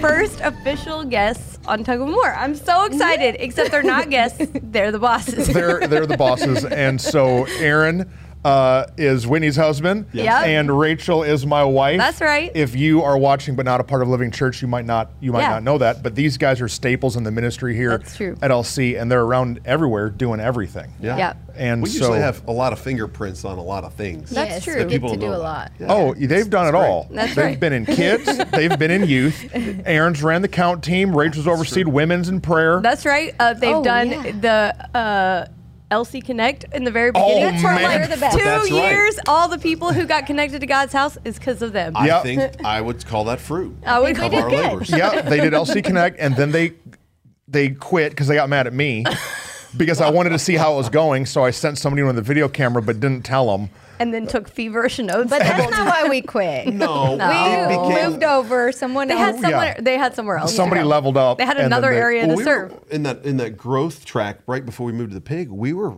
first official guests on Tug of War. I'm so excited, except they're not guests, they're the bosses. they're they're the bosses, and so Aaron uh, is Whitney's husband, Yes. Yep. and Rachel is my wife. That's right. If you are watching but not a part of Living Church, you might not you might Yeah. not know that, but these guys are staples in the ministry here That's true. at LC, and they're around everywhere doing everything. Yeah. And we so, usually have a lot of fingerprints on a lot of things. That's yes, true. You get People to do know a that. lot. Yeah. Oh, they've done it all. That's they've right. been in kids, they've been in youth. Aaron's ran the count team. Rachel's overseen women's in prayer. That's right. Uh, they've Oh, done yeah. the uh, LC Connect in the very Oh, beginning. That's right, man. they're the best. Two That's right. years, all the people who got connected to God's house is because of them. I Yep. think I would call that fruit I would of we did our good. labors. yeah, they did LC Connect, and then they they quit because they got mad at me because I wanted to see how it was going. So I sent somebody with a video camera, but didn't tell them. and then took feverish notes. But that's not why we quit. No, No. it We became- moved over. Someone they had else. somewhere. yeah. They had somewhere else. to Somebody go. leveled up, Oh, They had and then another they- area Well, to we were- serve. in that in that growth track right before we moved to the pig. We were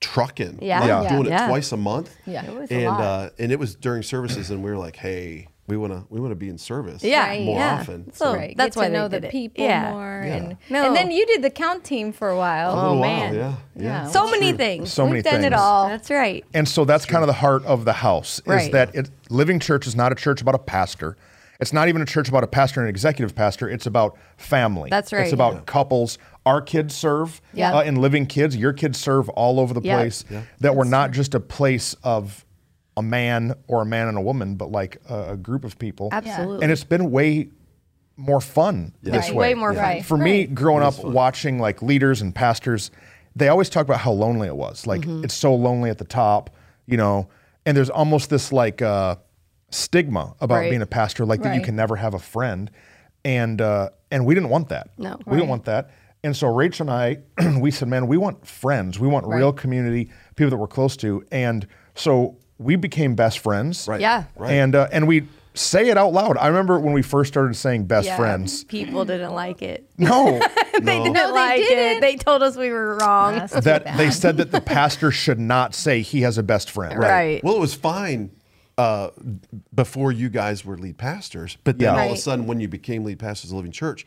trucking, Yeah. like, Yeah. doing it Yeah. twice a month. Yeah. It was a and lot. Uh, and it was during services, and we were like, hey, we wanna we wanna be in service, Yeah, Right. more yeah. often. So- Right. That's That's get why to they know the did it. people Yeah. more, Yeah. Oh, and No. and then you did the count team for a while. a little oh, man. while, yeah, yeah. Yeah. So That's many true. things. So many We've done things. it all. That's right. And so that's kind of the heart of the house is Right. that it, Living Church is not a church about a pastor. It's not even a church about a pastor and an executive pastor. It's about family. That's right. It's about couples. Our kids serve Yeah. uh, and living kids. Your kids serve all over the Yeah. place. That we're not just a place of a man or a man and a woman, but like a, a group of people. Absolutely. And it's been way more fun this Right. way. Way more Yeah. fun. Right. For me, growing up watching like leaders and pastors, they always talk about how lonely it was. Like Mm-hmm. it's so lonely at the top, you know. And there's almost this like uh, stigma about Right. being a pastor, like that you Right. can never have a friend, and uh, and we didn't want that. No. we didn't want that. And so Rachel and I, we said, man, we want friends. We want real community, people that we're close to. And so we became best friends. Right. Yeah. Right. And uh, and we say it out loud. I remember when we first started saying best Yeah. friends. People didn't like it. No, they didn't No, they like it. didn't. They told us we were wrong. That's too that bad. they said that the pastor should not say he has a best friend. Right. Well, it was fine uh, before you guys were lead pastors, but then Yeah. all of a Right. sudden, when you became lead pastors of Living Church,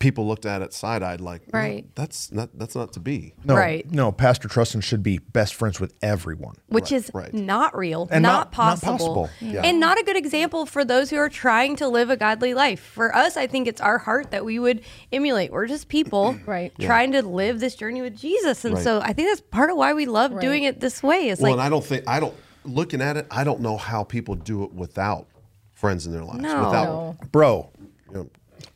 people looked at it side eyed, like, "Mm, Right. That's not that's not to be. No, Right. no, Pastor Trustin should be best friends with everyone. which is right. not real, And not, not- not possible, possible. Yeah. and not a good example for those who are trying to live a godly life. For us, I think it's our heart that we would emulate. We're just people Right. Yeah. trying to live this journey with Jesus, and Right. so I think that's part of why we love doing it this way. It's Well, and like I don't think I don't looking at it. I don't know how people do it without friends in their lives. No. Without No. Bro, you know,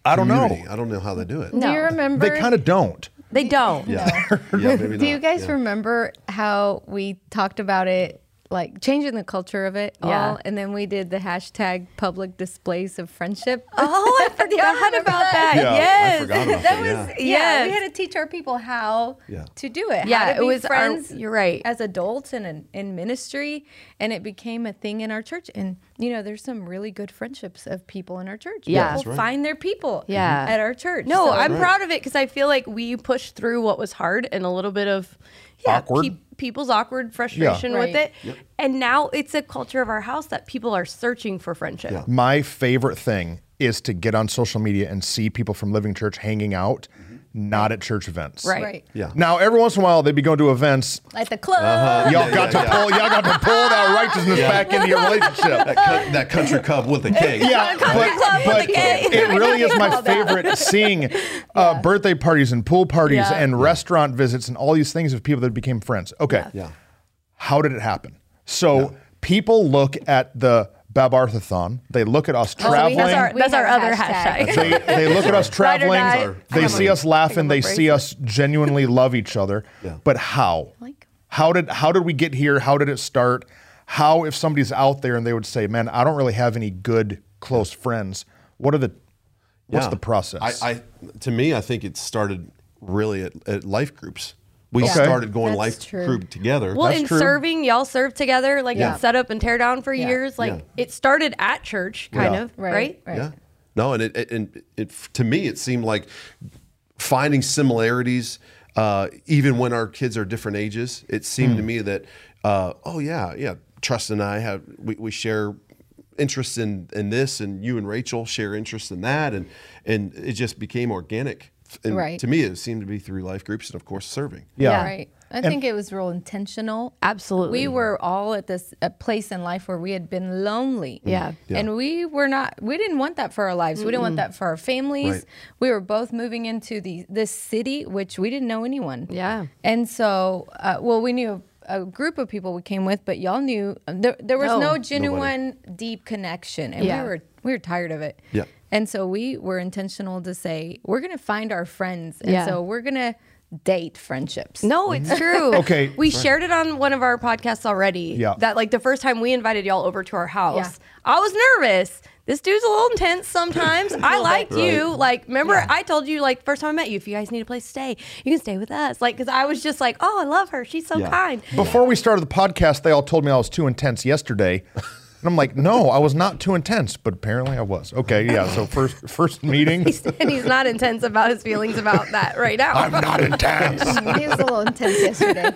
I don't know. community. I don't know how they do it. Do you No. remember? they kind of don't. they don't. Yeah. yeah maybe Do you not. guys Yeah. remember how we talked about it, like changing the culture of it Yeah. all, and then we did the hashtag public displays of friendship? Oh, I Do y'all forgot about remember that. Yeah, I Uh, yes, forgot about That that, yeah. was yeah. Yes. We had to teach our people how Yeah. to do it. Yeah, how to it be was our- friends. you're right. As adults and in, in ministry, and it became a thing in our church. And you know, there's some really good friendships of people in our church. Yeah. people That's right. find their people. Mm-hmm. Yeah. at our church. No, So- I'm proud of it because I feel like we pushed through what was hard and a little bit of yeah, Awkward. people's awkward frustration with Right. it. And now it's a culture of our house that people are searching for friendship. Yeah. My favorite thing is to get on social media and see people from Living Church hanging out, not at church events. Right. Right. Mm-hmm. Yeah. Now, every once in a while, they'd be going to events. At the club. Y'all Yeah, got yeah, to yeah. pull. Y'all got to pull that righteousness back into your relationship. That, cou- that country cub with the king. yeah, Country club but, with but a K. it really is my favorite seeing uh, birthday parties and pool parties Yeah. and restaurant visits and all these things of people that became friends. Okay. Yeah. How did it happen? So people look at the Babarthathon, they look at us traveling. That's Oh, our, Oh, We that's our have other hashtag. hashtag. They, they look at us Ride or traveling. die. They Come see on. us laughing. They see us genuinely love each other. Yeah. But how? How did how did we get here? How did it start? How if somebody's out there and they would say, "Man, I don't really have any good close friends." What are the What's Yeah. the process? I, I to me, I think it started really at, at life groups. We Okay. started going That's life true. group together. Well, That's in true. serving, y'all served together, like Yeah. in setup and tear down for Yeah. years. Like Yeah. it started at church, kind Yeah. of, right? Right, right. Yeah. No, and it, it and it to me it seemed like finding similarities, uh, even when our kids are different ages. Hmm. It seemed to me that, uh, oh yeah, yeah, Trust and I have we, we share interests in in this, and you and Rachel share interests in that, and and it just became organic. And Right. to me, it seemed to be through life groups and of course serving. Yeah. Right. I think it was real intentional. Absolutely. We were all at this a place in life where we had been lonely. Mm-hmm. Yeah. And we were not we didn't want that for our lives. We didn't want that for our families. Right. We were both moving into the this city which we didn't know anyone. Yeah. And so uh, well we knew a group of people we came with, but y'all knew um, there, there was No. no Nobody. genuine deep connection and Yeah. we were we were tired of it. Yeah. And so we were intentional to say we're going to find our friends. And Yeah. so we're going to date friendships. No, it's true. Okay. We shared it on one of our podcasts already. Yeah. That like the first time we invited y'all over to our house, Yeah. I was nervous. This dude's a little intense sometimes. I liked you. Like, remember I told you like first time I met you, if you guys need a place to stay, you can stay with us. Like, because I was just like, oh, I love her. She's so Yeah. kind. Before we started the podcast, they all told me I was too intense yesterday. And I'm like, no, I was not too intense, but apparently I was. Okay, yeah. So first first meeting, and he's not intense about his feelings about that right now. I'm not intense. he was a little intense yesterday.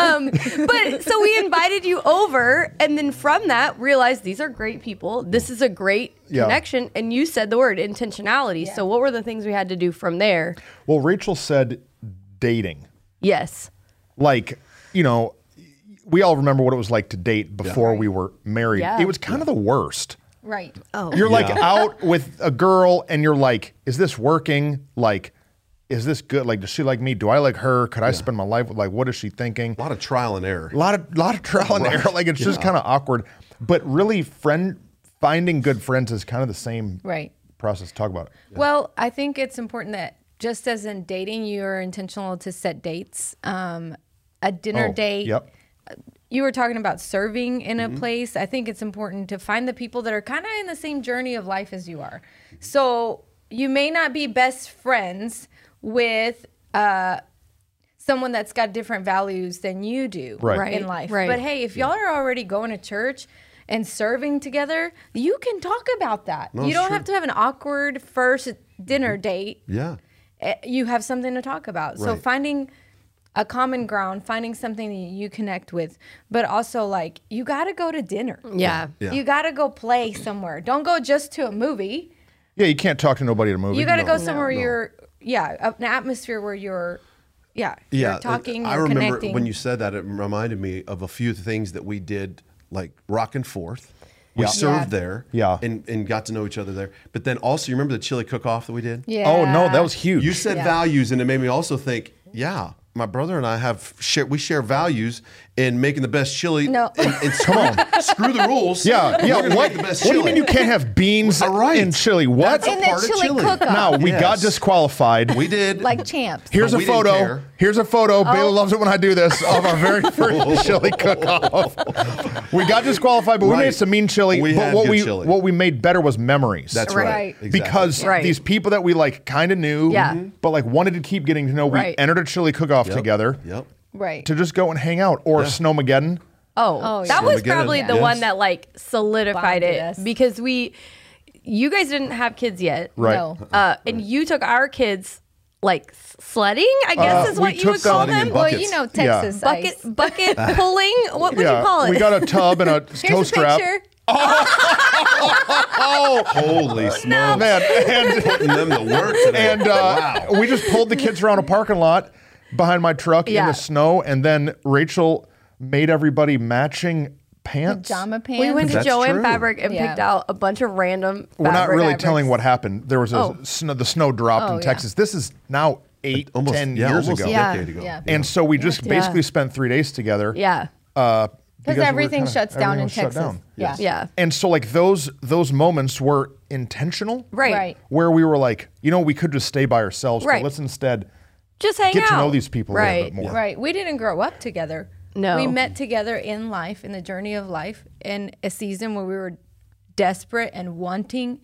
but so we invited you over, and then from that realized these are great people. This is a great Yeah. connection, and you said the word intentionality. So what were the things we had to do from there? Well, Rachel said dating. Yes, Like, you know, we all remember what it was like to date before we were married. Yeah. It was kind of the worst. right. You're like out with a girl and you're like, is this working? Like, is this good? Like, does she like me? Do I like her? Could I spend my life with like what is she thinking? A lot of trial and error. A lot of lot of trial and error. Like it's just kind of awkward. But really friend finding good friends is kind of the same Right. process. Talk about it. Well, I think it's important that just as in dating, you're intentional to set dates. Um, a dinner Oh, date. Yep. You were talking about serving in Mm-hmm. a place. I think it's important to find the people that are kind of in the same journey of life as you are. So you may not be best friends with uh, someone that's got different values than you do Right. Right, in life. right. But hey, if y'all are already going to church and serving together, you can talk about that. you it's don't true. Mm-hmm. have to have an awkward first dinner date. Yeah. Eh, You have something to talk about. So Right. finding a common ground, finding something that you connect with, but also like you got to go to dinner. yeah, Yeah. You got to go play somewhere. Don't go just to a movie. Yeah, you can't talk to nobody at a movie. You got to No, go somewhere you're yeah, an atmosphere where you're yeah, yeah, you're it- talking, I you're remember connecting. when you said that, it reminded me of a few things that we did, like Rock and Forth. We served there, Yeah. and and got to know each other there. But then also, you remember the chili cook-off that we did? yeah. Oh no, that was huge. You said values, and it made me also think, yeah, my brother and I have share, we share values in making the best chili. No. and, and come on, screw the rules. yeah, We're yeah. gonna What, make the best what do you chili. mean you can't have beans All right. in chili? What? That's a In the part of chili cook-off. No, we Yes. got disqualified. We did. like champs. Here's But a we didn't photo. care. Here's a photo. Baylor loves it when I do this of our very first chili cook-off. We got disqualified, but we Right. made some mean chili. We but had what good we chili. what we made better was memories. That's Right. right. Exactly. Because Right. these people that we like kind of knew, Yeah. Mhm. but like wanted to keep getting to know, we Right. entered a chili cook-off Mm-hmm. Yep, together Yep. right. to just go and hang out or Snowmageddon. Oh, Oh, that yeah. was Snowmageddon, probably the yes. one that like solidified Bonded it us. because we, you guys didn't have kids yet, Right. No. Uh, and you took our kids like sledding, I guess Uh, is we what you took would call them- Sledding and them. bu- Well, buckets. you know Yeah. Texas Bucket, ice. bucket pulling. What would you call it? we got a tub and a toe Here's a strap. picture. Oh, Holy smokes! man. And Putting them to work today. and uh, we just pulled the kids around a parking lot behind my truck in Yeah. the snow, and then Rachel made everybody matching pants. Pajama pants. We went to That's Joann true. Fabric and Yeah. picked out a bunch of random. We're not fabric. really fabrics. telling what happened. There was a Oh. snow, the snow dropped Oh, in yeah. Texas. This is now eight, almost ten yeah, years almost ago, a Yeah. decade ago. Yeah. and so we just Yeah. basically spent three days together. Yeah. uh, because we were everything kinda- shuts down everything in was shut Texas. down. Yeah. Yeah. And so like those those moments were intentional, Right. Right. Where we were like, you know, we could just stay by ourselves, Right. but let's instead Just hang get out. to know these people a Right. little bit more. Right. We didn't grow up together. No. We met together in life, in the journey of life, in a season where we were desperate and wanting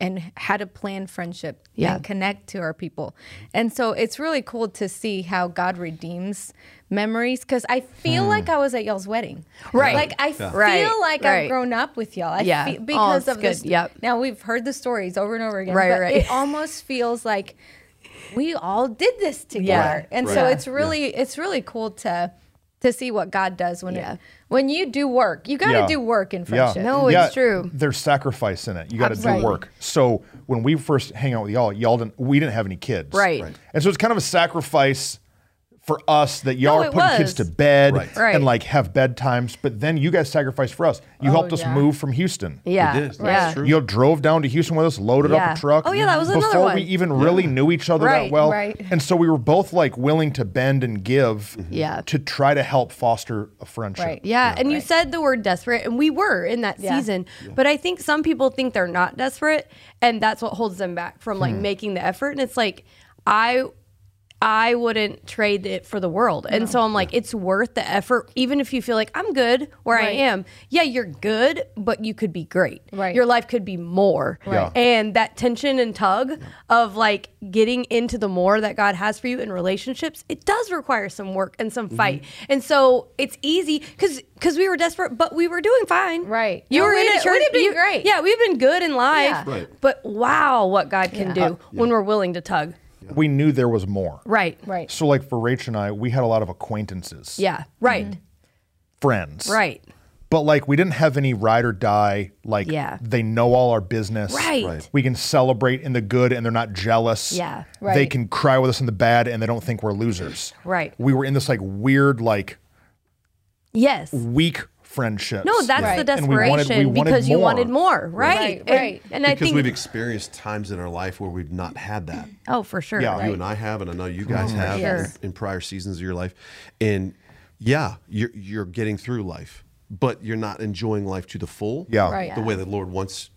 and had a planned friendship Yeah. and connect to our people. And so it's really cool to see how God redeems memories because I feel like I was at y'all's wedding. Right. Like I Hmm. Yeah. feel Right, like right. I've grown up with y'all. I Yeah. feel, Oh, because it's of this. good. Yep. Now we've heard the stories over and over again. Right, but right. It almost feels like we all did this together. Yeah. And Right. so Yeah. it's really it's really cool to to see what God does when Yeah. it, when you do work. You got to Yeah. do work in friendship. No, it's true. There's sacrifice in it. You got to do Absolutely. work. So when we first hang out with y'all, y'all didn't. We didn't have any kids, Right. Right. And so it's kind of a sacrifice for us that y'all No, are it putting kids was. to bed Right. Right. Oh, and like have bedtimes. But then you guys sacrificed for us. You helped us yeah. move from Houston. Yeah. It is. That's yeah. true. You drove down to Houston with us, loaded Yeah. up a truck. Oh, yeah, that was another before one. we even really knew each other Right, that well. right. And so we were both like willing to bend and give Yeah. to try to help foster a friendship. Right. Yeah, and you said the word desperate, and we were in that Yeah. season. But I think some people think they're not desperate, and that's what holds them back from Hmm. like making the effort. And it's like I, I wouldn't trade it for the world. And so I'm like, it's worth the effort, even if you feel like I'm good where I Right. am. Yeah, you're good, but you could be great. Right. Your life could be more. Right. Yeah. And that tension and tug of like getting into the more that God has for you in relationships, it does require some work and some Mm-hmm. fight. And so it's easy because because we were desperate, but we were doing fine. Right. You No, were we in a did- church. we'd have been you- great. Yeah, we've been good in life. Yeah. Right. But wow, what God can do Yeah. when we're willing to tug. We knew there was more. Right. Right. So like for Rach and I, we had a lot of acquaintances, Yeah. Right. Mm-hmm. friends, Right. But like we didn't have any ride or die. Like Yeah. they know all our business, Right. Right. We can celebrate in the good, and they're not jealous. Yeah. They Right. can cry with us in the bad, and they don't think we're losers. Right. We were in this like weird, like Yes. weak friendship. No, that's Mm-hmm. Right. the And we wanted- we desperation wanted because you more. wanted more, right? Right, right. And, and I because think, we've experienced times in our life where we've not had that. oh, for sure. Yeah. You and I have, and I know you Oh, guys have sure. in, in prior seasons of your life. And yeah, you're you're getting through life, but you're not enjoying life to the full. Yeah. Right. The way the Lord wants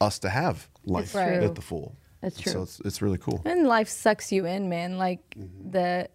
us to have life true. at the full. That's And true. So it's, it's really cool. And life sucks you in, man. Like the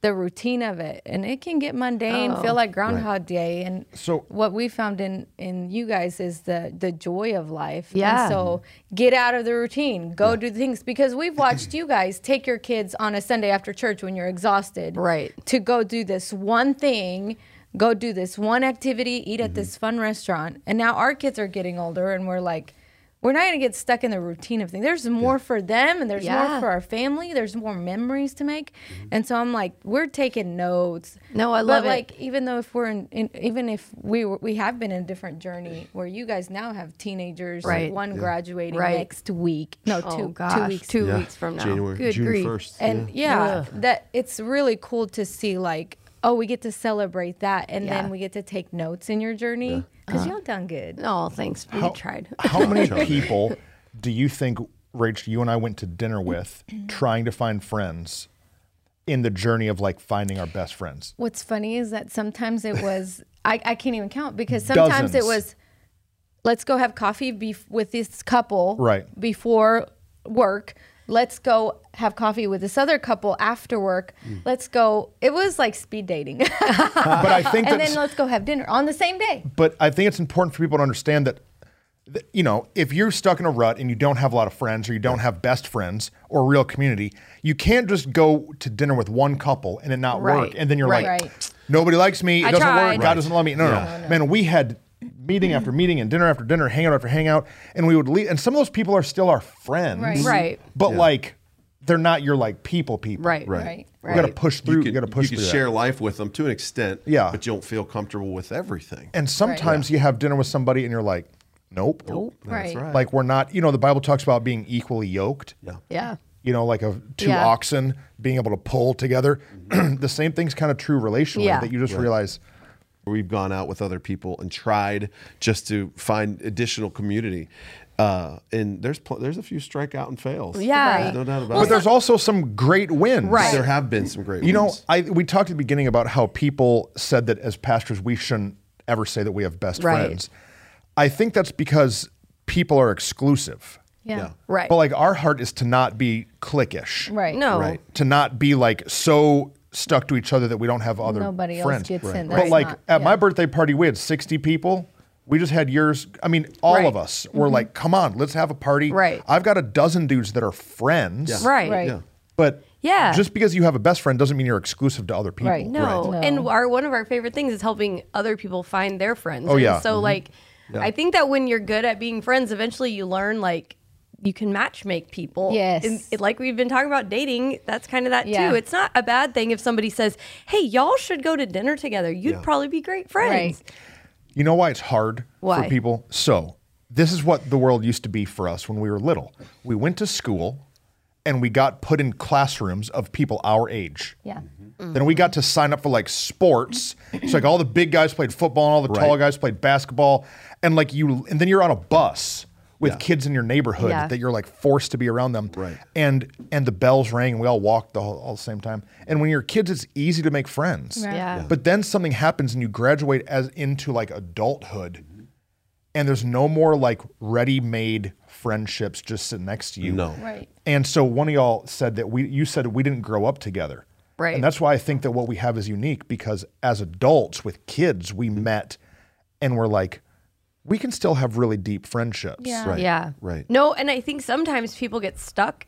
the routine of it, and it can get mundane, Oh. feel like Groundhog Day. And So- what we found in in you guys is the the joy of life. And Yeah. so get out of the routine, go do things because we've watched you guys take your kids on a Sunday after church when you're exhausted, Right. To go do this one thing. Go do this one activity, eat at this fun restaurant. And now our kids are getting older, and we're like, we're not gonna get stuck in the routine of things. There's more for them, and there's Yeah. Mm-hmm. more for our family. There's more memories to make, and so I'm like, we're taking notes. No, I but love it. Like even though if we're in, in even if we were, we have been in a different journey where you guys now have teenagers, Right. One graduating Right. next week. No, Oh, two two gosh. weeks. Two Yeah. weeks from now. January, Good June grief. 1st. And yeah, that it's really cool to see like, oh, we get to celebrate that, and Yeah. Uh-huh. then we get to take notes in your journey because y'all done good. Oh, thanks. We tried. How many people do you think, Rach, you and I went to dinner with trying to find friends in the journey of like finding our best friends? What's funny is that sometimes it was I, I can't even count because sometimes Dozens. it was let's go have coffee bef- with this couple Right. before work. Let's go have coffee with this other couple after work. Let's go. It was like speed dating, But I Mm. think and that's then let's go have dinner on the same day. but I think it's important for people to understand that, that, you know, if you're stuck in a rut and you don't have a lot of friends or you don't have best friends or real community, you can't just go to dinner with one couple and it not Right. work. And then you're Right. like, Right. nobody likes me. It I doesn't work. tried. God doesn't love me. No, no, no, Man, we had meeting after meeting and dinner after dinner, hangout after hangout, and we would leave. And some of those people are still our friends. Right. Right. But like, they're not your like people people. Right. Right. Right. You got to push through. You, got to push you through. can that. share life with them to an extent, Yeah. but you don't feel comfortable with everything. And sometimes you have dinner with somebody and you're like, nope. Nope. Right. right. Like we're not, you know, the Bible talks about being equally yoked. Yeah. Yeah. You know, like a two Yeah. oxen being able to pull together. Mm-hmm. the same thing's kind of true relationally Yeah. that you just realize. We've gone out with other people and tried just to find additional community. Uh, and there's pl- there's a few strikeout and fails. Yeah. There's no doubt about But it. there's also some great wins. Right. There have been some great You know, ones. I we talked at the beginning about how people said that as pastors we shouldn't ever say that we have best Right. friends. I think that's because people are exclusive. Yeah. Right. But like our heart is to not be cliquish. Right. no. Right. to not be like so stuck to each other that we don't have other Nobody else friends. gets in. But That's like not- at yeah. my birthday party, we had 60 people. We just had yours. I mean, all Right. of us were Mm-hmm. like, come on, let's have a party. Right. I've got a dozen dudes that are friends. Yeah. Right. Right. yeah. But Yeah. just because you have a best friend doesn't mean you're exclusive to other people. Right. No. Right. And No. our one of our favorite things is helping other people find their friends. Oh, And yeah. so like I think that when you're good at being friends, eventually you learn like you can match make people. Yes. And it- like we've been talking about dating, that's kind of that Yeah. too. It's not a bad thing if somebody says, "Hey, y'all should go to dinner together. You'd probably be great friends." You know why it's hard Why? for people? So, this is what the world used to be for us when we were little. We went to school and we got put in classrooms of people our age. Yeah. Mm-hmm. Then we got to sign up for like sports. so like all the big guys played football and all the tall Right. guys played basketball and like you and then you're on a bus with Yeah. kids in your neighborhood Yeah. that you're like forced to be around them. Right. And and the bells rang and we all walked the whole, all the same time. And when you're kids it's easy to make friends. Right. Yeah. But then something happens and you graduate as into like adulthood and there's no more like ready-made friendships just sitting next to you. No. Right. And so one of y'all said that we you said we didn't grow up together. Right. And that's why I think that what we have is unique because as adults with kids we met and we're like we can still have really deep friendships. Yeah. Right. Yeah. Right. No, and I think sometimes people get stuck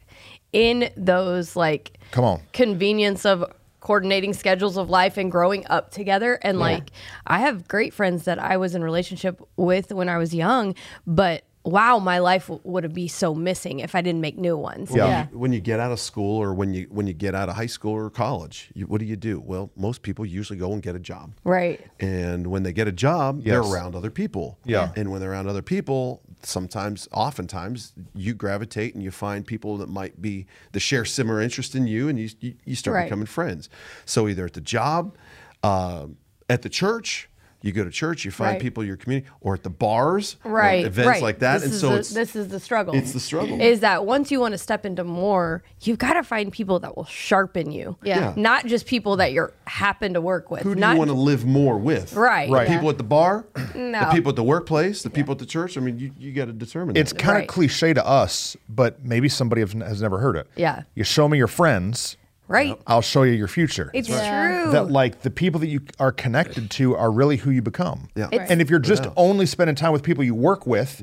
in those like Come on. convenience of coordinating schedules of life and growing up together and like I have great friends that I was in relationship with when I was young, but wow, my life w- would be so missing if I didn't make new ones. Yeah. Yeah. Um, when you get out of school or when you when you get out of high school or college, you, what do you do? Well, most people usually go and get a job. Right. And when they get a job, they're Yes. around other people. Yeah. And when they're around other people, sometimes, oftentimes, you gravitate and you find people that might be that share similar interest in you, and you you, you start Right. becoming friends. So either at the job, um, at the church. You go to church, you find Right. people in your community, or at the bars, or Right. events right. like that, This and is so the, it's this is the struggle. it's the struggle. Is that once you want to step into more, you've got to find people that will sharpen you. Yeah. Not just people that you're happen to work with. Who do not you want to live more with? Right. Right. The people at the bar, the No. people at the workplace, the people at the church. I mean, you, you got to determine. It's that. kind of Right. cliche to us, but maybe somebody have- has never heard it. Yeah. You show me your friends, right. I'll show you your future. It's Yeah. true. that like the people that you are connected to are really who you become. Yeah. It's- And if you're just only spending time with people you work with,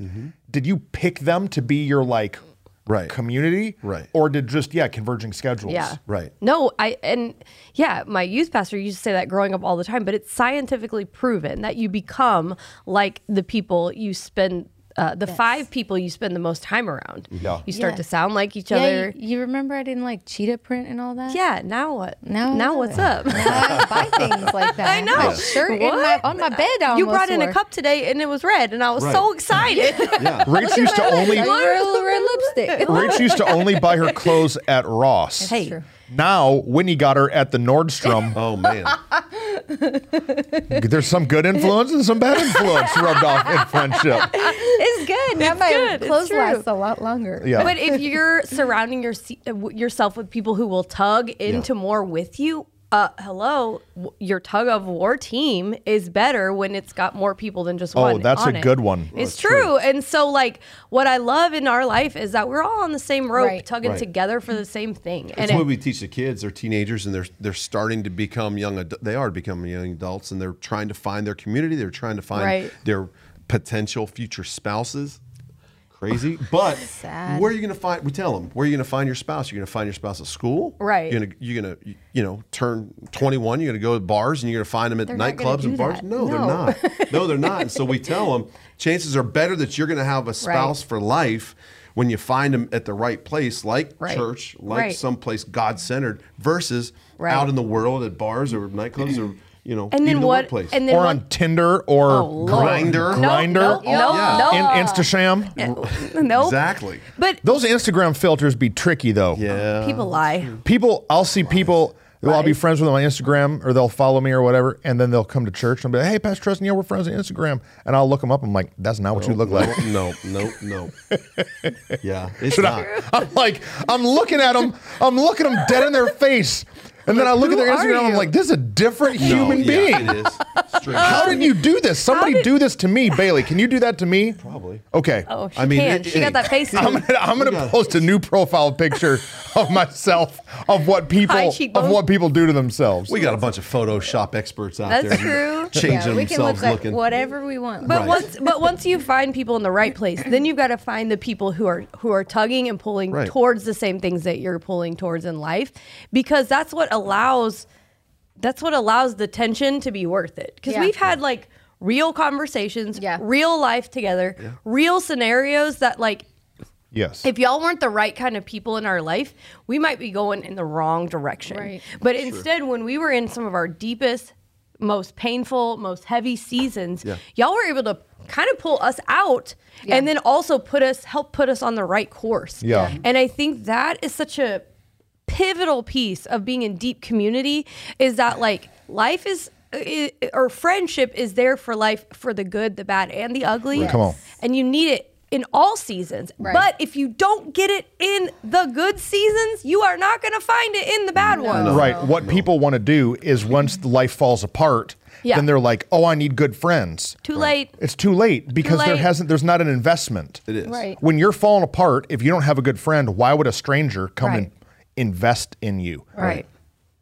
did you pick them to be your like Right. community? Right. Or did just yeah, converging schedules. yeah. Right. No, I and yeah, my youth pastor used to say that growing up all the time, but it's scientifically proven that you become like the people you spend uh, the five people you spend the most time around. Yeah. You start Yeah. to sound like each Yeah, other. you, you remember I didn't like cheetah print and all that? yeah, now what? Now I now know what's it. up? I buy things like that. I know. My shirt in my, What? on my bed. I you brought almost in wore. a cup today and it was red and I was so excited. Rach used to only I wore a red lipstick. Rach used to only buy her clothes at Ross. Hey. true. Now Whitney got her at the Nordstrom. Oh man. There's some good influence and some bad influence rubbed off in friendship. It's good. Now my good. It's clothes true. last a lot longer. Yeah. But if you're surrounding your, uh, yourself with people who will tug into more with you, uh, hello, w- your tug of war team is better when it's got more people than Oh, just one. that's on a it. good one. It's true. And so, like, what I love in our life is that we're all on the same rope, Right. tugging Right. together for the same thing. That's and what it, we teach the kids. They're teenagers and they're they're starting to become young. Ad- they are becoming young adults, and they're trying to find their community. They're trying to find Right. their potential future spouses. Crazy, but where are you going to find? We tell them where are you going to find your spouse. You're going to find your spouse at school, Right. You're going to you're going to you know turn 21. You're going to go to bars and you're going to find them at They're not gonna nightclubs and do bars. that. No, No. they're not. No, they're not. And so we tell them chances are better that you're going to have a spouse for life when you find them at the right place, like Right. church, like Right. someplace God centered, versus Right. out in the world at bars or nightclubs or you know, and even then the what? workplace. And then Or what- on Tinder or Oh, Lord. Grindr. No, Grinder, No, no, Yeah. no. in Instasham. no. exactly. But Those Instagram filters be tricky though. Yeah. people lie. People, I'll see people. who I'll be friends with them on Instagram, or they'll follow me or whatever, and then they'll come to church and be like, "Hey, Pastor Tristan, yeah, we're friends on Instagram." And I'll look them up. I'm like, "That's not what you look like." no, no, no. yeah, it's not. I'm like, I'm looking at them. I'm looking them dead in their face, and then I look at their "Who are Instagram. I'm you?" like, "This is a different No, human yeah, being." it is. It's true. How did you do this? Somebody did- do this to me, Bailey. Can you do that to me? Probably. Okay. Oh, she I mean, can. it- she it- got that face. I'm gonna, I'm gonna post a new profile picture of myself of what people cheekbone. of what people do to themselves. We got a bunch of Photoshop experts out That's there true. changing Yeah, we can themselves look like looking. whatever we want. But Right. once, but once you find people in the right place, then you've got to find the people who are who are tugging and pulling Right. towards the same things that you're pulling towards in life, because that's what allows that's what allows the tension to be worth it. Because Yeah. we've had like real conversations, Yeah. real life together, real scenarios that like Yes. if y'all weren't the right kind of people in our life, we might be going in the wrong direction. Right. But instead, when we were in some of our deepest, most painful, most heavy seasons, Yeah. y'all were able to kind of pull us out and then also put us help put us on the right course. Yeah. Yeah. And I think that is such a pivotal piece of being in deep community is that like life is i- or friendship is there for life for the good, the bad, and the ugly. Right. Come on. And you need it in all seasons. Right. But if you don't get it in the good seasons, you are not going to find it in the bad ones. Right. What people want to do is once the life falls apart, Yeah. then they're like, "Oh, I need good friends." Too late. It's too late because there late. hasn't there's not an investment. It is. Right. When you're falling apart, if you don't have a good friend, why would a stranger come Right. and invest in you? Right.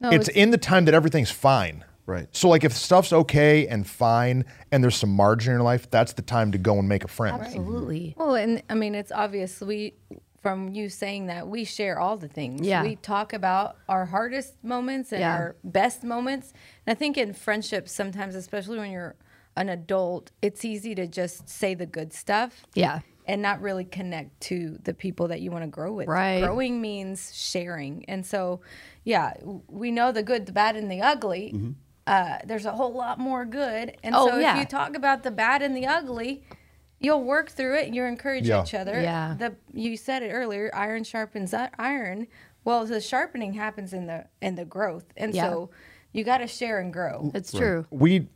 No, it's, in the time that everything's fine. Right. So like if stuff's okay and fine and there's some margin in your life, that's the time to go and make a friend. Absolutely. Well, and I mean, it's obvious we, from you saying that, we share all the things. Yeah. We talk about our hardest moments and Yeah. our best moments. And I think in friendships, sometimes, especially when you're an adult, it's easy to just say the good stuff. Yeah. And not really connect to the people that you want to grow with. Right. Growing means sharing. And so, yeah, w- we know the good, the bad, and the ugly. Uh, there's a whole lot more good. And Mm-hmm. Oh, so, if yeah. you talk about the bad and the ugly, you'll work through it and you encourage Yeah. each other. Yeah. The you said it earlier, iron sharpens i- iron. Well, the sharpening happens in the in the growth. And Yeah. so you got to share and grow. It's true. we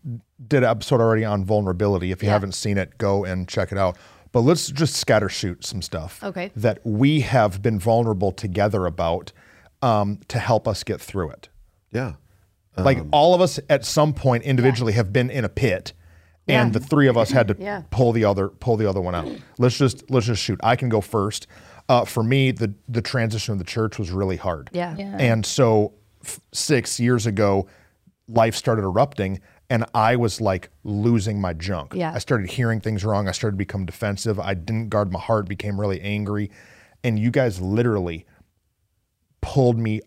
did an episode already on vulnerability. If you haven't seen it, go and check it out. But let's just scatter shoot some stuff Okay. that we have been vulnerable together about um, to help us get through it. Yeah. like all of us at some point individually have been in a pit, and the three of us had to Yeah. pull the other pull the other one out. Let's just let's just shoot. I can go first. Uh, for me, the the transition of the church was really hard. Yeah. Yeah. And so f- six years ago, life started erupting, and I was like losing my junk. Yeah. I started hearing things wrong. I started to become defensive. I didn't guard my heart, became really angry. And you guys literally pulled me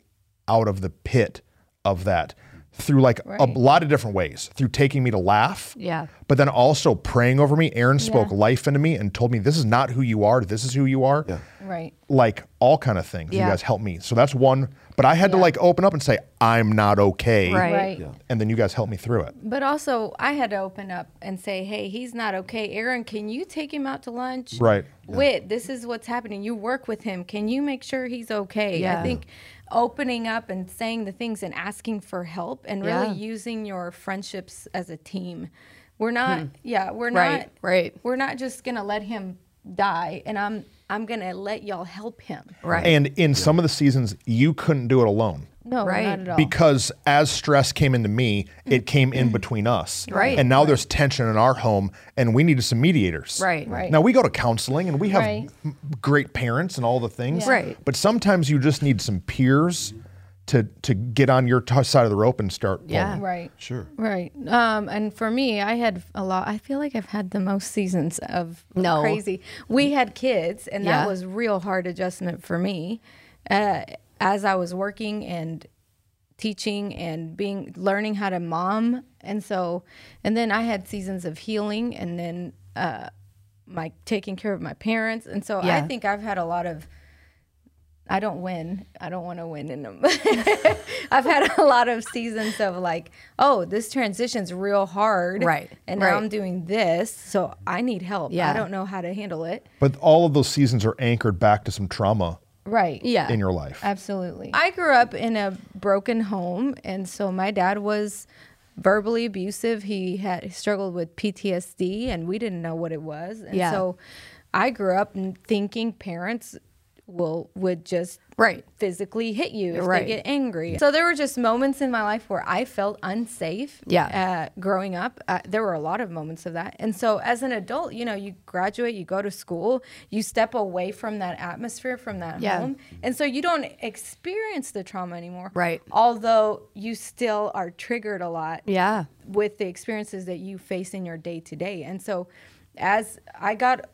out of the pit of that through like a Right. lot of different ways through taking me to laugh Yeah. but then also praying over me aaron spoke life into me and told me this is not who you are this is who you are Right. like all kind of things Yeah. you guys helped me so that's one but i had to like open up and say i'm not okay Right. Right. and then you guys helped me through it But also, I had to open up and say, "Hey, he's not okay. Aaron, can you take him out to lunch? Right. Wit, this is what's happening. You work with him. Can you make sure he's okay? Yeah. I think opening up and saying the things and asking for help and really Yeah. using your friendships as a team. We're not. Yeah, we're Right, not. right. We're not just gonna let him die. And I'm. I'm gonna let y'all help him. Right. and in some of the seasons you couldn't do it alone No, Right. not at all. because as stress came into me, it came in between us. Right. And now there's tension in our home, and we needed some mediators. Right. Right. Now we go to counseling, and we have Right. m- great parents and all the things. Yeah. Right. But sometimes you just need some peers to to get on your t- side of the rope and start. pulling. Yeah. Right. Sure. Right. Um, and for me, I had a lot. I feel like I've had the most seasons of No. crazy. We had kids, and Yeah. that was real hard adjustment for me. Uh, as I was working and teaching and being learning how to mom, and so, and then I had seasons of healing, and then uh, my taking care of my parents, and so I Yeah. think I've had a lot of. I don't win. I don't want to win in them. I've had a lot of seasons of like, oh, this transition's real hard. Right, And right. now I'm doing this. So I need help. Yeah. I don't know how to handle it. But all of those seasons are anchored back to some trauma Right. Yeah. in your life. Absolutely. I grew up in a broken home, and so my dad was verbally abusive. He had he struggled with PTSD, and we didn't know what it was. And Yeah. so I grew up n- thinking parents will would just Right. physically hit you if Right. they get angry. So there were just moments in my life where I felt unsafe. Yeah. Uh, growing up, uh, there were a lot of moments of that. And so as an adult, you know, you graduate, you go to school, you step away from that atmosphere, from that Yeah. home. And so you don't experience the trauma anymore. Right. Although you still are triggered a lot Yeah. with the experiences that you face in your day to day. And so as I got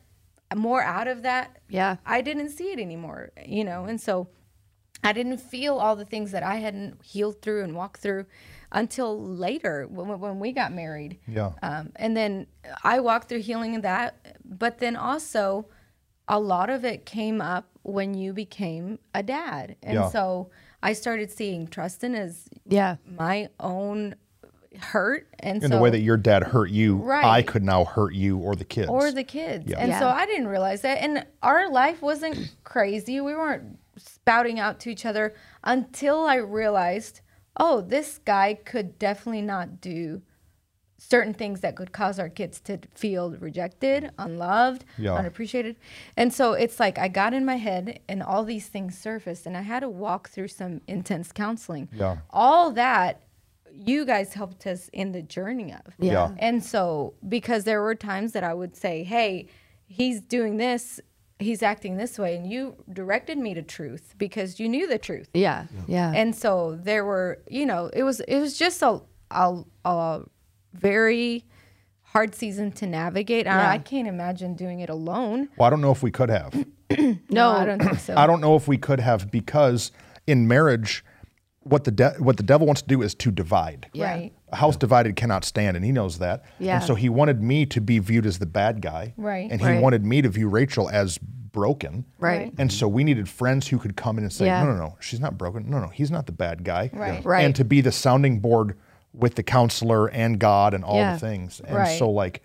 more out of that, Yeah. I didn't see it anymore, you know. And so I didn't feel all the things that I hadn't healed through and walked through until later when, when we got married. Yeah. Um, and then I walked through healing in that, but then also a lot of it came up when you became a dad. And Yeah. so I started seeing Tristan as Yeah. my own hurt. And In so the way that your dad hurt you, I Right. could now hurt you or the kids. or the kids. And Yeah. so I didn't realize that. And our life wasn't crazy. We weren't spouting out to each other until I realized, oh, this guy could definitely not do certain things that could cause our kids to feel rejected, unloved, Yeah. unappreciated. And so it's like I got in my head and all these things surfaced and I had to walk through some intense counseling. Yeah. All that you guys helped us in the journey of. Yeah. And so, because there were times that I would say, hey, he's doing this, he's acting this way. And you directed me to truth because you knew the truth. Yeah. Yeah. And so there were, you know, it was it was just a a, a very hard season to navigate. Yeah. I, I can't imagine doing it alone. well, I don't know if we could have. no, I don't think so. I don't know if we could have because in marriage, what the de- what the devil wants to do is to divide. Yeah. Right. A house divided cannot stand, and he knows that. Yeah. And so he wanted me to be viewed as the bad guy. Right. And he Right. wanted me to view Rachel as broken. Right. And so we needed friends who could come in and say, Yeah. no, no, no, she's not broken. No, no, he's not the bad guy. Right. Right. And to be the sounding board with the counselor and God and all Yeah. the things. And Right. so, like,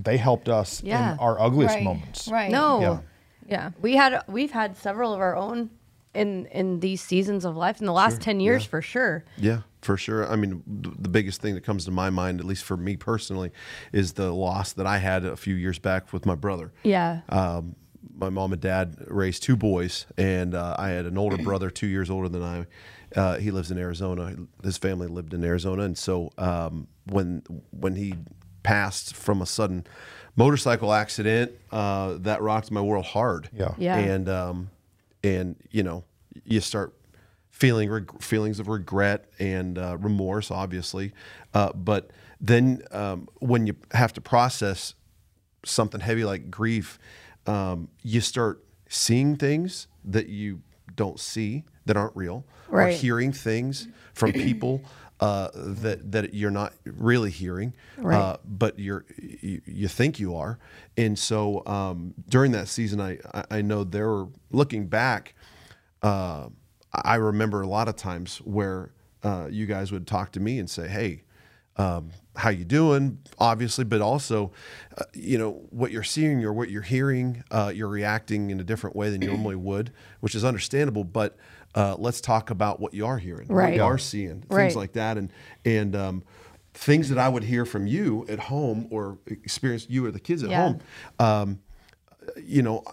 they helped us Yeah. in our ugliest right. moments. Right. no. Yeah. Yeah. We had we've had several of our own in in these seasons of life in the last ten years for sure. Yeah, for sure. I mean, th- the biggest thing that comes to my mind, at least for me personally, is the loss that I had a few years back with my brother. Yeah. Uh, Um, my mom and dad raised two boys, and uh, I had an older brother, two years older than I. Uh, he lives in Arizona. His family lived in Arizona, and so um, when when he passed from a sudden motorcycle accident, uh, that rocked my world hard. Yeah. Yeah. And um, and you know, you start feeling reg- feelings of regret and uh, remorse, obviously. Uh, but then um, when you have to process something heavy like grief, um, you start seeing things that you don't see that aren't real, or Right. hearing things from people uh, that that you're not really hearing, Right. uh, but you're you, you think you are. And so um, during that season, I I- I know there were looking back. Uh, I remember a lot of times where uh, you guys would talk to me and say, "Hey, um, how you doing?" Obviously, but also, uh, you know, what you're seeing or what you're hearing, uh, you're reacting in a different way than you normally would, which is understandable. But uh, let's talk about what you are hearing, what Right. you are seeing, things Right. like that, and and um, things that I would hear from you at home or experience you or the kids at Yeah. home. Um, you know,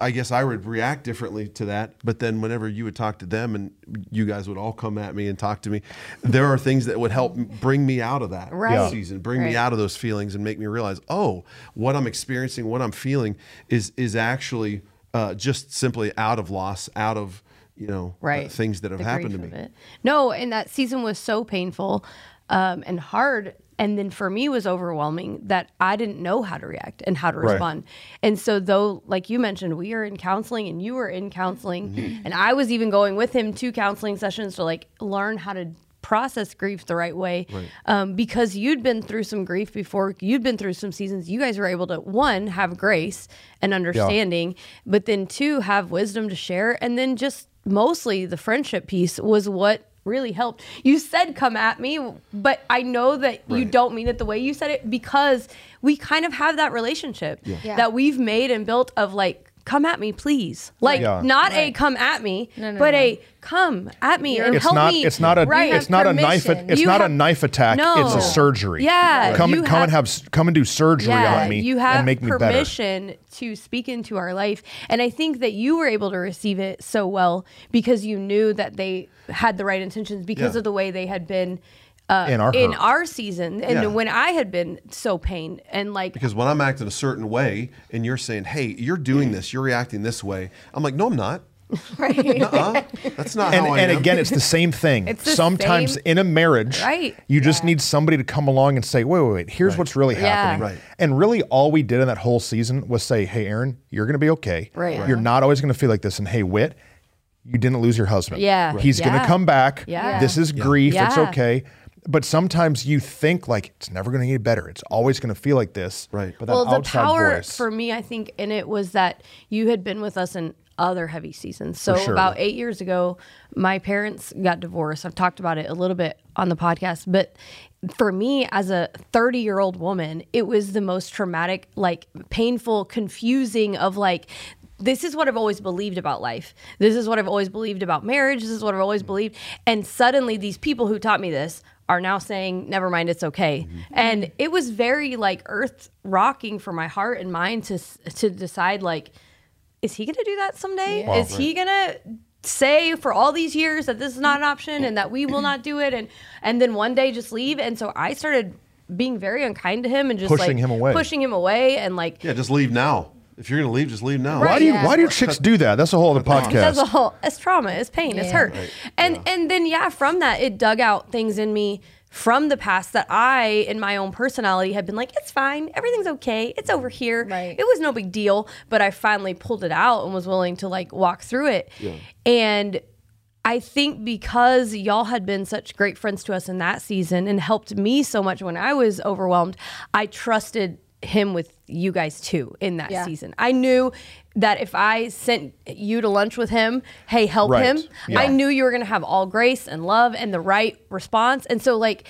I guess I would react differently to that. But then whenever you would talk to them and you guys would all come at me and talk to me, there are things that would help m- bring me out of that Right. Yeah. season, bring Right. me out of those feelings and make me realize, oh, what I'm experiencing, what I'm feeling is is actually uh, just simply out of loss, out of you know uh, right things that have The happened to grief me. of it. no and that season was so painful um, and hard and then for me was overwhelming that i didn't know how to react and how to respond and so though like you mentioned we are in counseling and you were in counseling Mm-hmm. and i was even going with him to counseling sessions to like learn how to process grief the right way um, because you'd been through some grief before you'd been through some seasons you guys were able to one have grace and understanding but then two have wisdom to share and then just mostly the friendship piece was what really helped. You said come at me, but I know that you Right. don't mean it the way you said it because we kind of have that relationship Yeah. that we've made and built of like come at me please. Like Yeah. not a come at me, no, but no. a come at me and it's help not me. it's not a right. it's not a knife permission. it's You not have- a knife attack No. it's a surgery Yeah, come you and come and have- have s- come and do surgery on me You have and make me better permission to speak into our life. And I think that you were able to receive it so well because you knew that they had the right intentions because Yeah. of the way they had been uh, In our in hurt. our season and Yeah. when I had been so pain and like Because when I'm acting a certain way and you're saying, "Hey, you're doing this, you're reacting this way," I'm like, "No, I'm not. right. Uh-uh. That's not and, how I and am." again it's the same thing It's the sometimes same- in a marriage Right. you just need somebody to come along and say wait wait wait here's what's really Yeah. happening Right. and really all we did in that whole season was say hey aaron you're gonna be okay Right. Right. you're not always gonna feel like this and hey wit you didn't lose your husband Yeah. Right. he's Yeah. gonna come back Yeah. this is grief it's Yeah. okay but sometimes you think like it's never going to get better. It's always going to feel like this. Right. But that well, the outside power voice, for me, I think, in it was that you had been with us in other heavy seasons. So sure. about eight years ago, my parents got divorced. I've talked about it a little bit on the podcast, but for me as a 30 year old woman, it was the most traumatic, like painful, confusing of like, this is what I've always believed about life. This is what I've always believed about marriage. This is what I've always believed. And suddenly these people who taught me this are now saying, never mind, it's okay. And it was very like earth rocking for my heart and mind to s- to decide like, is he gonna do that someday? Wow. is he gonna say for all these years that this is not an option and that we will not do it and and then one day just leave? And so I started being very unkind to him and just Pushing like him away. pushing him away and like Yeah, just leave now. If you're gonna leave, just leave now. Right. why do you Yeah. why do chicks do that? That's a whole other podcast. That's a whole. It's trauma. It's pain. It's Yeah. hurt. And and then yeah, from that it dug out things in me from the past that I in my own personality had been like, it's fine, everything's okay, it's over here. Right. It was no big deal. But I finally pulled it out and was willing to like walk through it. And I think because y'all had been such great friends to us in that season and helped me so much when I was overwhelmed, I trusted him with you guys too in that Yeah. season. I knew that if I sent you to lunch with him, hey, help Right. him, Yeah. I knew you were going to have all grace and love and the right response. And so, like,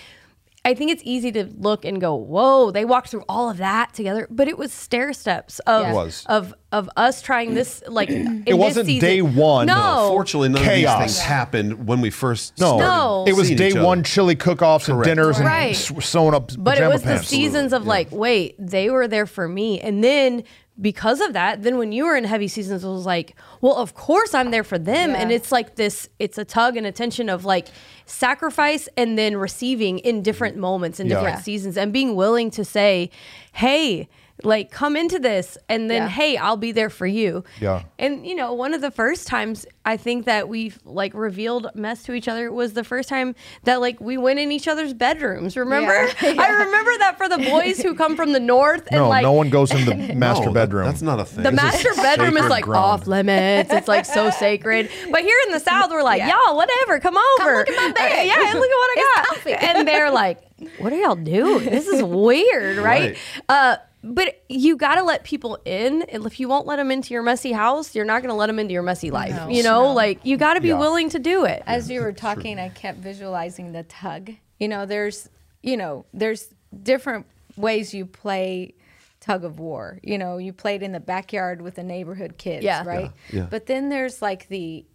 I think it's easy to look and go, "Whoa!" They walked through all of that together, but it was stair steps of Yeah. It was. of of us trying this. Like, in It wasn't this season. day one. No, Fortunately, none of Chaos. these things happened when we first. No, No. it was seeing day each other. one chili cook-offs and Correct. dinners Right. and s- sewing up But it pajama was the pants. seasons of like, wait, they were there for me. And then because of that, then when you were in heavy seasons, it was like, well, of course I'm there for them. Yeah. And it's like this, it's a tug and a tension of like sacrifice and then receiving in different moments in Yeah. different Yeah. seasons and being willing to say, hey, like come into this and then Yeah. hey i'll be there for you Yeah. and you know one of the first times i think that we've like revealed mess to each other was the first time that like we went in each other's bedrooms remember Yeah. i remember that for the boys who come from the north and No, like no one goes in the No, master that- bedroom. that's not a thing. the This is- master bedroom is sacred like ground. off limits. It's like so sacred. But here in the South, we're like, Yeah. y'all, whatever, come over. look at my bed. Yeah, and look at what I It's got. comfy. And they're like, what are y'all doing? This is weird, right? Uh, but you got to let people in. And if you won't let them into your messy house, you're not going to let them into your messy life. No. You know, like you got to be Yeah. willing to do it. As you were talking, I kept visualizing the tug. You know, there's, you know, there's different ways you play tug of war. You know, you played in the backyard with the neighborhood kids, Yeah. right? Yeah, yeah. But then there's like the,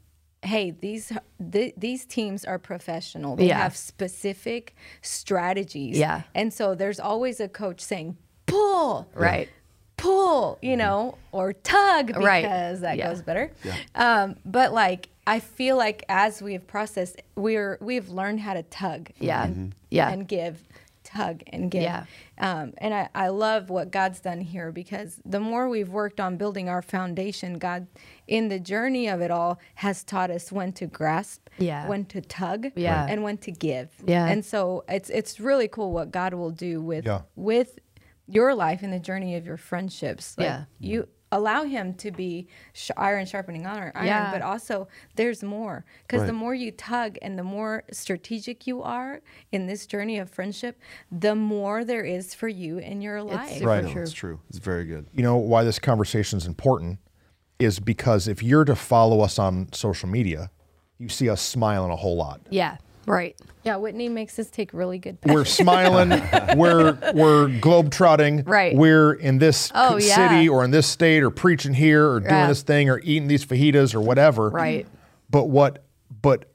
hey, these th- these teams are professional. They Yeah. have specific strategies. Yeah. And so there's always a coach saying, pull, Right. pull, you know, or tug because Right. that Yeah. goes better. Um, but like I feel like as we have processed, we're we've learned how to tug. Yeah. Mm-hmm. And, Yeah. And give, tug and give. Yeah. Um, and I, I love what God's done here because the more we've worked on building our foundation, God in the journey of it all has taught us when to grasp, Yeah. when to tug, Yeah. and when to give. Yeah. And so it's it's really cool what God will do with Yeah. with your life and the journey of your friendships. Like, Yeah. You allow him to be sh- iron sharpening iron, iron Yeah. but also there's more. Because the Right. more you tug and the more strategic you are in this journey of friendship, the more there is for you in your life. super- Right. No, it's true. It's very good. you know why this conversation is important is because if you're to follow us on social media, you see us smiling a whole lot. Yeah. Right. Yeah, Whitney makes us take really good We're smiling. we're we're globetrotting. Right. We're in this Oh, c- yeah. city or in this state or preaching here or Yeah. doing this thing or eating these fajitas or whatever. Right. But what? But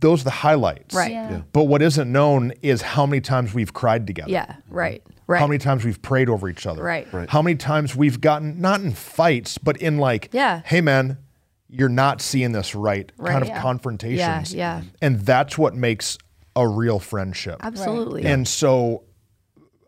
those are the highlights. Right. Yeah. Yeah. But what isn't known is how many times we've cried together. Yeah. Right. Right. How many times we've prayed over each other. Right. Right. How many times we've gotten not in fights, but in like, Yeah. hey man, you're not seeing this right, Right. kind of Yeah. confrontations. Yeah, yeah. And that's what makes a real friendship. Absolutely. And so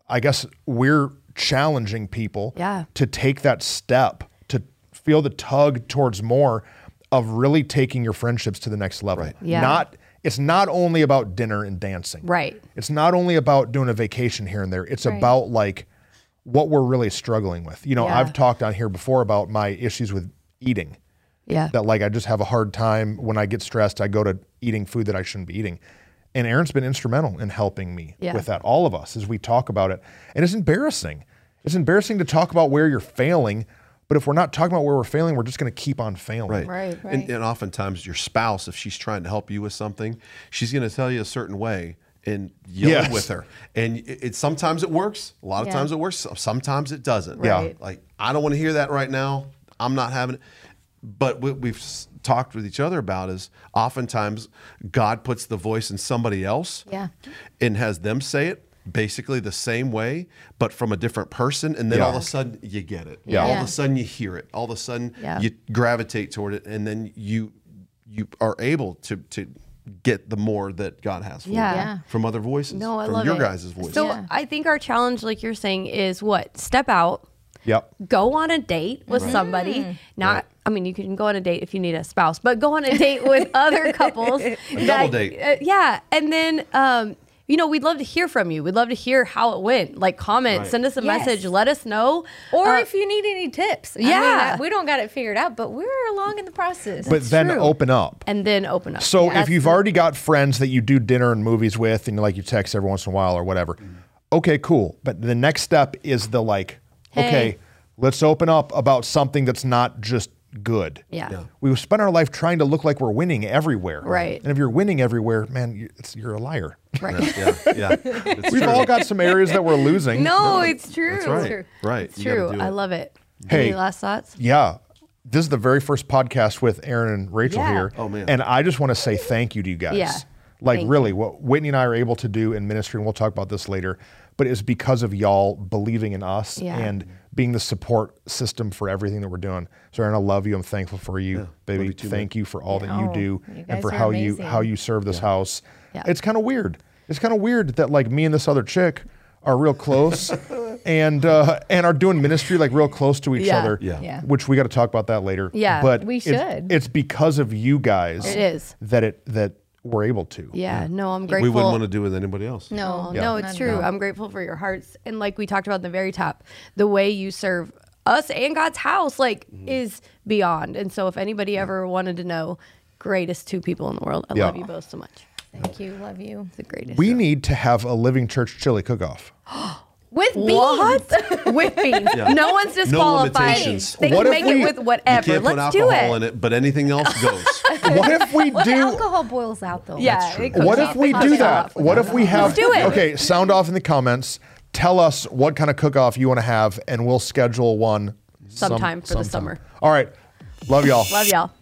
I guess we're challenging people Yeah. to take that step, to feel the tug towards more of really taking your friendships to the next level. Yeah. Not it's not only about dinner and dancing. Right. It's not only about doing a vacation here and there. It's about like what we're really struggling with. You know, Yeah. I've talked on here before about my issues with eating Yeah. that like I just have a hard time when I get stressed. I go to eating food that I shouldn't be eating, And Aaron's been instrumental in helping me Yeah. with that. All of us as we talk about it. And it's embarrassing. It's embarrassing to talk about where you're failing, but if we're not talking about where we're failing, we're just going to keep on failing. Right. Right, right. And, and oftentimes your spouse, if she's trying to help you with something, she's going to tell you a certain way and yell Yes. with her. And it, it sometimes it works. A lot of Yeah. times it works. so- Sometimes it doesn't. Yeah. Right. Like I don't want to hear that right now. I'm not having it. But what we've s- talked with each other about is oftentimes God puts the voice in somebody else Yeah. and has them say it basically the same way, but from a different person. And then all Yeah. of a sudden you get it. Yeah. All Yeah. of a sudden you hear it. All of a sudden Yeah. you gravitate toward it, and then you you are able to to get the more that God has for Yeah. you Yeah. from other voices, No, I from love your it. guys' voice. So I think our challenge, like you're saying, is what step out, Yep. go on a date with Mm. somebody. Not, I mean, you can go on a date if you need a spouse, but go on a date with other couples. that- date. uh, yeah, and then. Um, you know, we'd love to hear from you. We'd love to hear how it went. Like, comment, Right. send us a Yes. message, let us know. Or Uh, if you need any tips. I mean, Yeah. I- we don't got it figured out, but we're along in the process. But then true. open up. and then open up. So if That's you've the- already got friends that you do dinner and movies with, and like you text every once in a while or whatever, Mm-hmm. okay, cool. But the next step is the like, okay, Hey. let's open up about something that's not just good. Yeah. Yeah. we spend our life trying to look like we're winning everywhere. Right. And if you're winning everywhere, man, you- it's, you're a liar. Right. yeah, yeah. It's We've true. all got some areas that we're losing. No, it's true. That's right. Right. It's You gotta true. do I it. love it. Hey. Any last thoughts? Yeah. This is the very first podcast with Aaron and Rachel Yeah. here. Oh, man. And I just want to say thank you to you guys. Yeah. Like Thank really what Whitney and I are able to do in ministry and we'll talk about this later, but it's because of y'all believing in us Yeah. and being the support system for everything that we're doing. So Aaron, I love you. I'm thankful for you, baby. thank you for all that Oh, you do you and guys for are how you amazing. how you serve this house. Yeah. It's kind of weird. It's kind of weird that like me and this other chick are real close and uh, and are doing ministry like real close to each Yeah. other Yeah. Yeah. which we got to talk about that later. Yeah, but we it's- should. It's, because of you guys. It is. that it that we're able to. Yeah, no, I'm grateful. we wouldn't want to do it with anybody else. No, Oh, no, no, it's true. I'm grateful for your hearts. And like we talked about in the very top, the way you serve us and God's house, like, Mm-hmm. is beyond. And so if anybody ever wanted to know, greatest two people in the world, I Yeah. love you both so much. Thank you. Love you. The greatest. We need to have a living church chili cook-off. With beans. what? with beans. No one's disqualified. limitations. they What can make if it we- with You You whatever. can't put Let's do alcohol it. in it, but anything else goes. What if we Well, the do? alcohol boils out though. Yeah. it comes What off if the we do coffee that? shop. What if we have? do it. Okay, sound off in the comments. Tell us what kind of cook-off you want to have, and we'll schedule one some- Sometime for the summer. All right, love y'all. Love y'all.